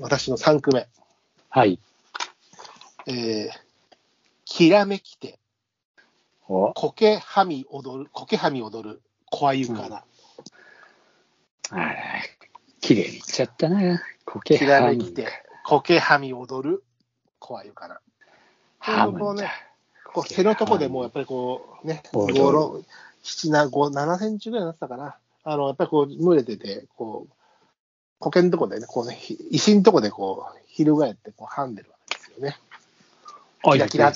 私の3句目。はい。えー、きらめきて、お苔はみ踊る、苔はみ踊る、小あゆかな。あら、綺麗にいっちゃったな。苔きらはめみきて、苔はみ踊る、小あゆかな。ハこうムねだ。こう背のとこでもうやっぱりこうね、うん5、6 7な5 7センチぐらいになってたかな。あの、やっぱりこう、蒸れてて、こう、苔のとこでね、こうね、ひ石のとこでこう、翻ってこう、はんでるわけですよね。おキいラキラ、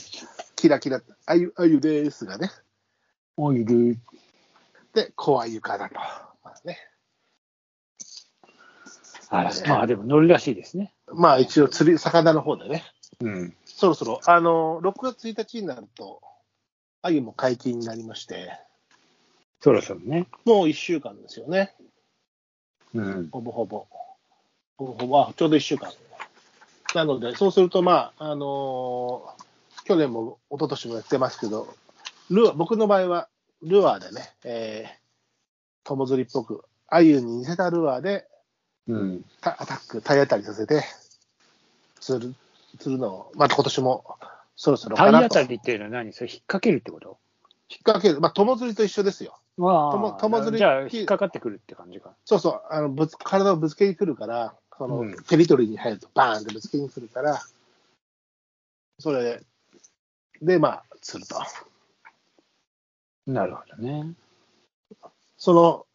キラキラ、あゆ、あゆですがね。おいる。で、怖い床だと。まあね、あら、まあでも乗るらしいですね。まあ一応釣り、魚の方でね。うん。そろそろ、あの、6月1日になると、あゆも解禁になりまして、そろそろね。もう1週間ですよね。うん。ほぼほぼ。ほぼほぼ、あちょうど1週間。なので、そうすると、まあ、あのー去年も一昨年もやってますけど、ルアー僕の場合は、ルアーでね、えー、友釣りっぽく、アユに似せたルアーで、うん。たアタック、体当たりさせて、釣る、釣るのを、また今年もそろそろか体なと。当たりっていうのは何それ引っ掛けるってこと引っ掛ける。まあ、友釣りと一緒ですよ。まあ、友友釣りじゃあ、引っかかってくるって感じか。そうそう、あのぶつ体をぶつけに来るから、その、うんテリトリーに入るとバーンってぶつけに来るから、それで、で、まあ、釣ると。なるほどね。その、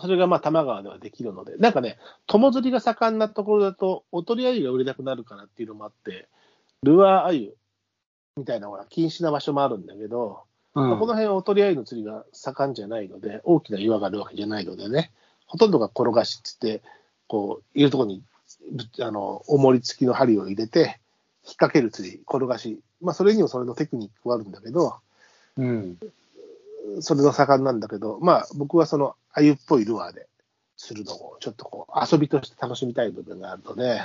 それがまあ、多摩川ではできるので、なんかね、友釣りが盛んなところだと、おとりアユが売れなくなるからっていうのもあって、ルアーアユみたいなほら、禁止な場所もあるんだけど、うまあこの辺はおとりあゆの釣りが盛んじゃないので、大きな岩があるわけじゃないのでね、ほとんどが転がしっつって、こう、いるとこにぶあの重り付きの針を入れて、引っ掛ける釣り、転がし、まあ、それにもそれのテクニックはあるんだけど、うん。それの盛んなんだけど、まあ、僕はその、あゆっぽいルアーで釣るのを、ちょっとこう、遊びとして楽しみたい部分があるので、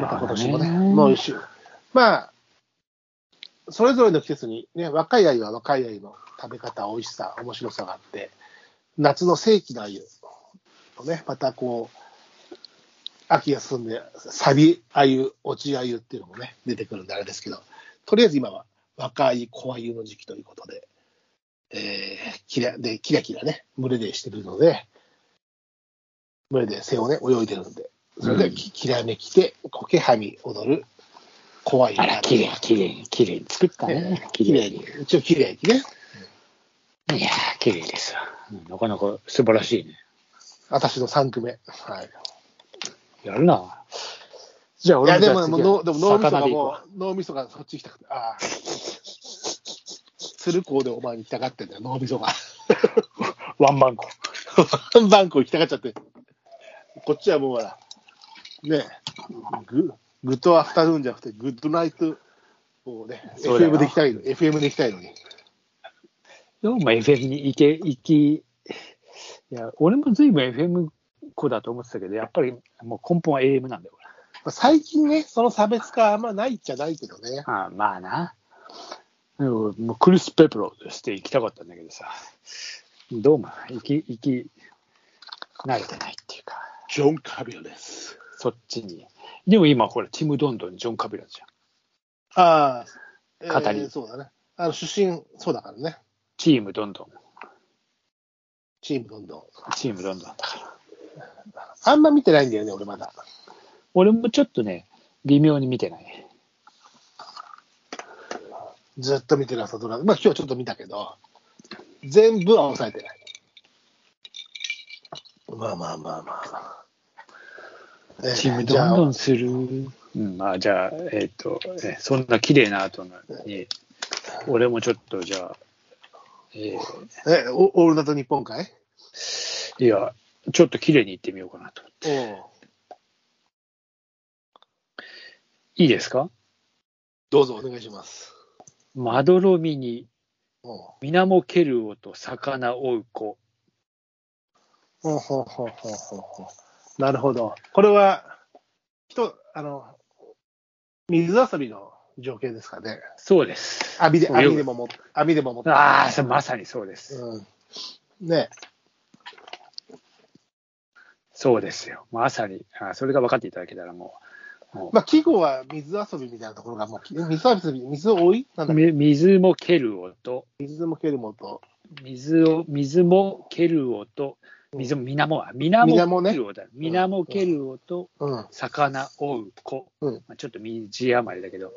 まるた今ほど年ね。もね、もう一周。まあ、それぞれの季節にね、若い鮎は若い鮎の食べ方、美味しさ、面白さがあって、夏の正規の鮎とね、またこう、秋が進んで、サビ鮎、落ち鮎っていうのもね、出てくるんであれですけど、とりあえず今は若い小鮎の時期ということで、えー、キラ、で、キラキラね、群れでしてるので、群れで背をね、泳いでるんで、それで、うんききらめきて、苔はみ踊る、怖いあら、綺麗、綺麗に、綺麗に作ったね。綺きれ麗いにに。。一応きれいにね。いやー、綺麗ですわ。うんなかなか素晴らしいね。私の3句目。はい。やるな。じゃあ、い俺や、じでゃあも、次もはうの、でも脳みそが魚で行くもわう、脳みそがそっち行きたくて、ああ。鶴光でお前に行きたがってんだよ、脳みそが。ワンバンコ。 バンコ行きたがっちゃって。こっちはもうほら、ねグ、グッドアフタヌーンじゃなくて、グッドナイトをね、そうだよ FM で行きたいの、FM で行きたいのに。どうも FM に行け、行き、いや、俺もずいぶん FM 子だと思ってたけど、やっぱりもう根本は AM なんだよ、まあ最近ね、その差別化はあんまないっちゃないけどね。俺。ああまあな。でももうクリス・ペプロとして行きたかったんだけどさ、どうも行き、行き、慣れてないっていうか、ジョン・カビオです。そっちに。でも今ほら、ティム・ドンドン、ジョン・カビラじゃん。ああ、語りえーそうだね。あの、出身、そうだからね。チーム・ドンドン。チームどんどん。チーム・ドンドンだから。あんま見てないんだよね、俺まだ。俺もちょっとね、微妙に見てない。ずっと見てる朝ドラ。まあ今日ちょっと見たけど、全部は抑えてない。まあまあまあまあ。えーチームじゃどんどあんする。うん、まあじゃあ、えっ、と、えそんな綺麗な後に、俺もちょっとじゃあ、ええーオオールナイト日本かいーいや、ちょっと綺麗に行ってみようかなと。おういいですかどうぞお願いします。まどろみに、おう水面蹴る音、魚追う子。ほうほうほうほうほうほうなるほど。これは、人、あの、水遊びの情景ですかね。そうです。網で、泳ぐ網でもも、網でも持って。ああ、そうまさにそうです。うん。ねそうですよ。まさに、あそれが分かっていただけたらもう、もうまあ、季語は水遊びみたいなところが、もう、水遊び、水を追いなんだっけみ水も蹴る音、水も蹴るもと、水を、水も蹴る音、水も、水も、水も蹴る音だ。水も蹴る音、うん、うん、魚追う子。うんまあ、ちょっと字余りだけど、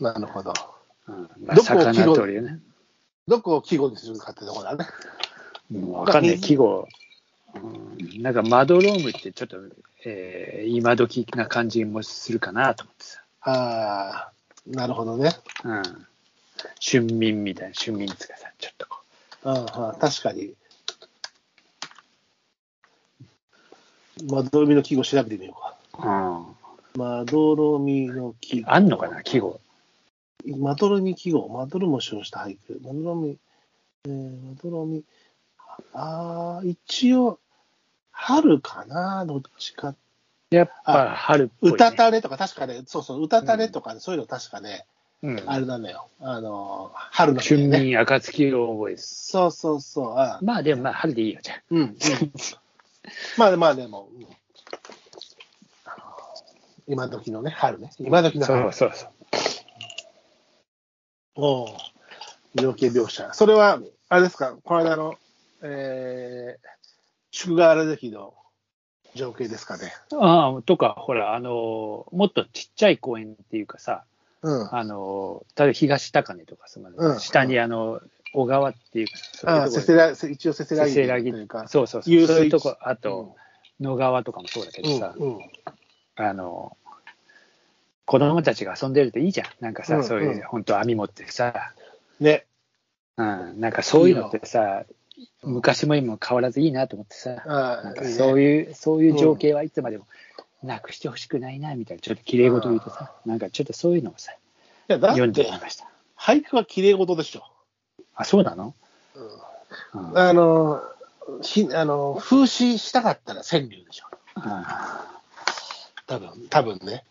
なるほど。うんまあ、どこを魚切ろう取りね。どこを季語にするかってところだね。もう分かんない、季語。うんなんかまどろむってちょっと、えー、今時な感じもするかなと思ってさ。ああ、なるほどね。うん。春眠みたいな、春眠っつうかさ、ちょっとこうん、うん、確かに。窓海の季語調べてみようか。う。うん。まどろみの季語。あんのかな、季語。まどろみ季語。まどろも使用した俳句。まどろみ、えー、まどろみ。ああ、一応、春かな、どっちか。やっぱ春っぽい、ね。うたたれとか、確かね、そうそう、うたたれとかね、そういうの確かね、うん。あれなのよ。あの、春の季春語ね。眠、暁を覚えす。そうそうそう。あまあでもまあ春でいいよ、じゃあ。うん、うん。まあまあでも、うん今時のね、春ね。今時のそう春。そうそう。おお。情景描写。それは、あれですか、この間の、えー、宿河原関の情景ですかね。ああ、とか、ほら、あのー、もっとちっちゃい公園っていうかさ、うん。ああのー、例えば東高根とかさ、まうあん下にあの、小川っていうかさ、あ、そういせうとこせら、せ一応せせらろぎせとせらぎといいううかか、、そうそうそう、遊水そういうとこ、あと、野川とかもそうだけうん、どさ、うん、あのー、子供たちが遊んでるといいじゃん。なんかさ、うんそういう、うん本当網持ってさ、ね。うん、なんかそういうのってさ、昔も今も変わらずいいなと思ってさ、あなんあ、かそうう。いう、そういう情景はいつまでもなくしてほしくないな、みたいな、ちょっと綺麗事言うとさ、なんかちょっとそういうのをさ、いや、だ読んっでてみ、ました。俳句は綺麗事でしょ。あ、そうなのうんうん。うんあの、ひあの風刺したかったら川柳でしょ。多分多分ね。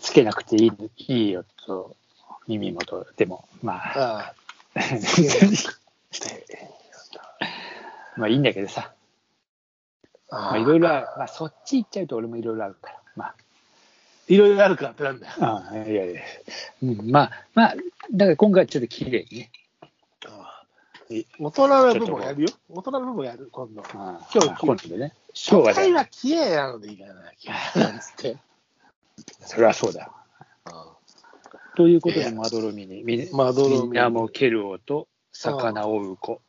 つけなくていいいいよと、耳元でも、まあ、ああ まあいいんだけどさ、まあああいろいろある、まあそっち行っちゃうと俺もいろいろあるから、まあ。いろいろあるからってなんだよ。ああいやいや、うん、まあ、まあ、だから今回はちょっと綺麗にね。ああ大人の部分やるよ。大人の部分やる、今度。今今日今度でね。今日初は回ね、は綺麗なのでいいかな、綺麗なんつって。それはそうだ。あということいで、やまどろみに、みまどろみみんなも蹴る音、魚を追う子、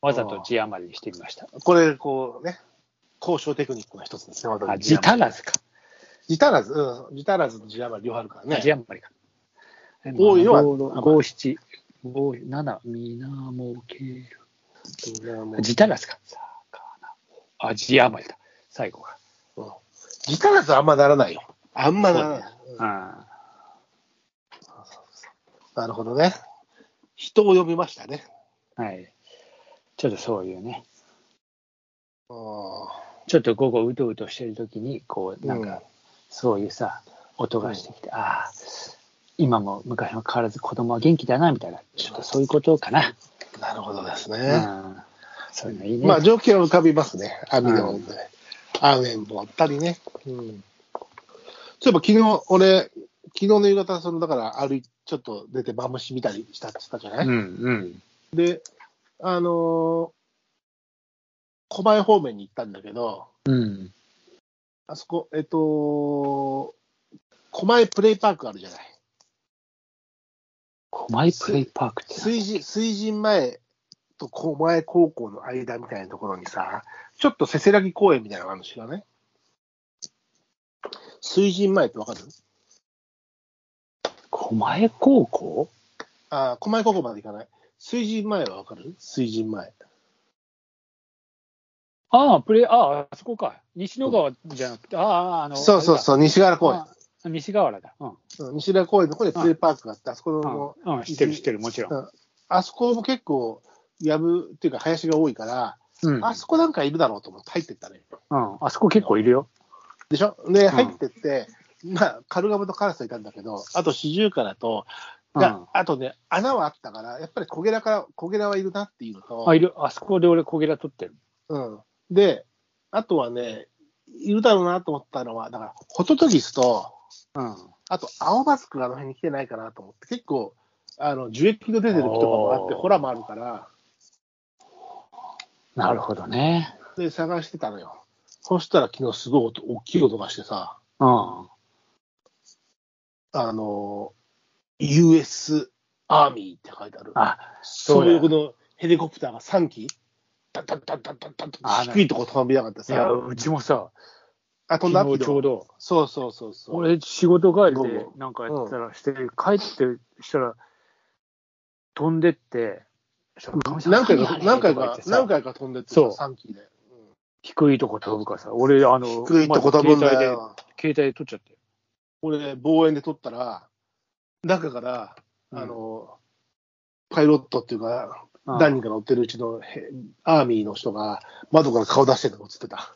わざと字余りにしてみました。あこれ、こうね、交渉テクニックの一つですね、あ、字足らずか。ジタラズ、うん、ジタラズとジアバ両方あるから字ね。余りか。多いのはまどろ五七、五七、みなも蹴る。字足らずか。魚。あ、字余りだ。最後が。うんジタラズはあんまならないよ。あんまならない。あなるほどね。人を呼びましたね。あはい。ちょっとそういうね。うんちょっと午後うとうとしてる時にこうなんかそういうさ音がしてきて、ああ今も昔も変わらず子供は元気だなみたいなちょっとそういうことかな、なるほどですうね。ん、そういうのいいね、まあ、情景は浮かびますね。網のう音で。雨もあったりね。うん。そういえば昨日、俺、昨日の夕方、その、だから、歩い、ちょっと出て、マムシ見たりしたって言ったじゃない、うんうんで、あのー、小前方面に行ったんだけど、うんあそこ、えっと、小前プレイパークあるじゃない狛江プレイパークって水神、水神前と狛江高校の間みたいなところにさ、ちょっとせせらぎ公園みたいなのがあるんですよね。水神前ってわかる狛江高校ああ、狛江高校まで行かない。水神前はわかる水神前。ああプレイあああそこか西野川じゃなくてあああのそうそうそう、西原公園あ。あ西河原だうん、うん西原公園のところでプレイパークがあって、あそこの、うんうん、知ってる知ってるもちろん、うんあそこも結構、やぶっていうか林が多いから、うんあそこなんかいるだろうと思って入ってったね。うん、あそこ結構いるよでしょで、入ってって、まあ、カルガモとカラスがいたんだけど、あとシジュウカラと、うんいやあとね、穴はあったから、やっぱりコゲラから、コゲラはいるなっていうのと、あいるあそこで俺小ゲラ取ってるうん、で、あとはね、いるだろうなと思ったのは、だから、ホトトギスと、うん。あと、青マスクがあの辺に来てないかなと思って、結構、あの、樹液の出てる木とかもあって、おーホラもあるから、なるほどね。で、探してたのよ。そしたら昨日すごい音大きい音がしてさ、うん。あの、US アーミーって書いてある。あ、そそうだの横のヘリコプターが3機、ダッダッダッダッダッダッとあ低いとこ飛びやがっていや、さ、うちもさ、あ、飛んだ昨日ちょうど、そうそうそうそう。俺、仕事帰りどでうもなんかやってたらして、帰ってしたら、飛んでって、そしたら神様何回何かあ、れ何回と言っかて、さ何回か飛んでってそう3機で。低いとこ飛ぶからさ、俺、あの、低いとこ飛ぶんだまあよ。携帯で、携帯で撮っちゃって。俺ね、望遠で撮ったら、中から、うんあの、パイロットっていうか、何人か乗ってるうちのへアーミーの人が、窓から顔出してるのが映ってた。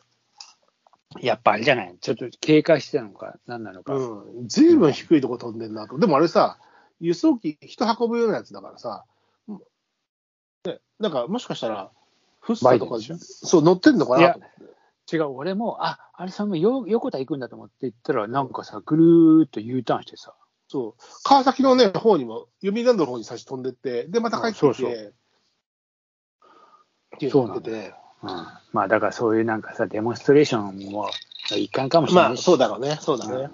やっぱあれじゃないちょっと警戒してたのか、何なのか。うん。ずいぶん低いとこ飛んでんなと。でもあれさ、輸送機、人運ぶようなやつだからさ、うんね、なんかもしかしたら、フッサとかバイデンでそう、乗ってんのかなと思って。違う、俺も、あ、あれさんもよ横田行くんだと思って行ったら、なんかさ、ぐるーっと U ターンしてさ、そう。川崎のね、方にも、読売ランドの方に最初飛んでって、で、また帰ってきて、うんそうっていうのやってて。うん、まあだからそういうなんかさ、デモンストレーションも一環かもしれなまあ、いし。そうだろうね。そうだうね。ん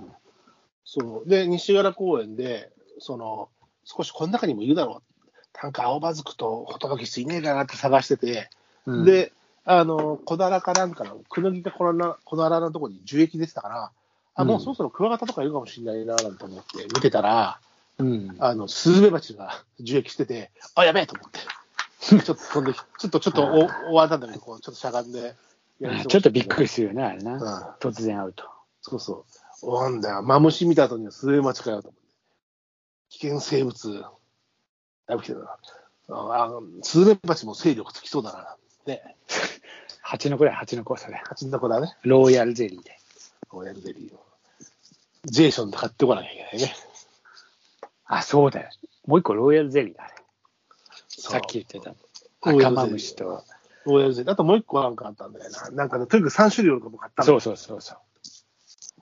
そう。で、西原公園で、その、少しこの中にもいるだろう。なんか青葉ずくとホトバキスいねえかなって探してて、うん、で、あの、小だらかなんかの、くぬぎかこら小だらのところに樹液出てたから、あ、もうそろそろクワガタとかいるかもしれないな、なんて思って見てたら、うん、あの、スズメバチが樹液してて、あ、やべえと思って。ちょっと飛んでき、ちょっと、ちょっとお、終わったんだけど、こう、ちょっとしゃがんでやり過ごして。ちょっとびっくりするよね、あれな。うん。突然会うと。そうそう。おなんだよ。マムシ見た後にはスズメバチかよと思って。危険生物。だいぶ来てるな。ああのスズメバチも勢力つきそうだな。ね。蜂の子だよ、蜂の子、それ。蜂の子だね。ローヤルゼリーで。こうやるゼリーを。ジェイソンで買ってこなきゃいけないね。あ、そうだよ。もう一個ローヤルゼリーだ、あれ。ささっき言ってた。ローヤルゼ赤リーマムシと。ローヤルゼリー。あともう一個なんかあったんだよな。なんかね、とにかく3種類俺も買ったのそうそうそうそう。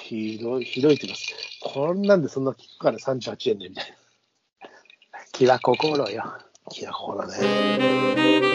ひどい、ひどいって言います。こんなんでそんな聞くから38円でみたいな。気は心よ。いや、ほらね。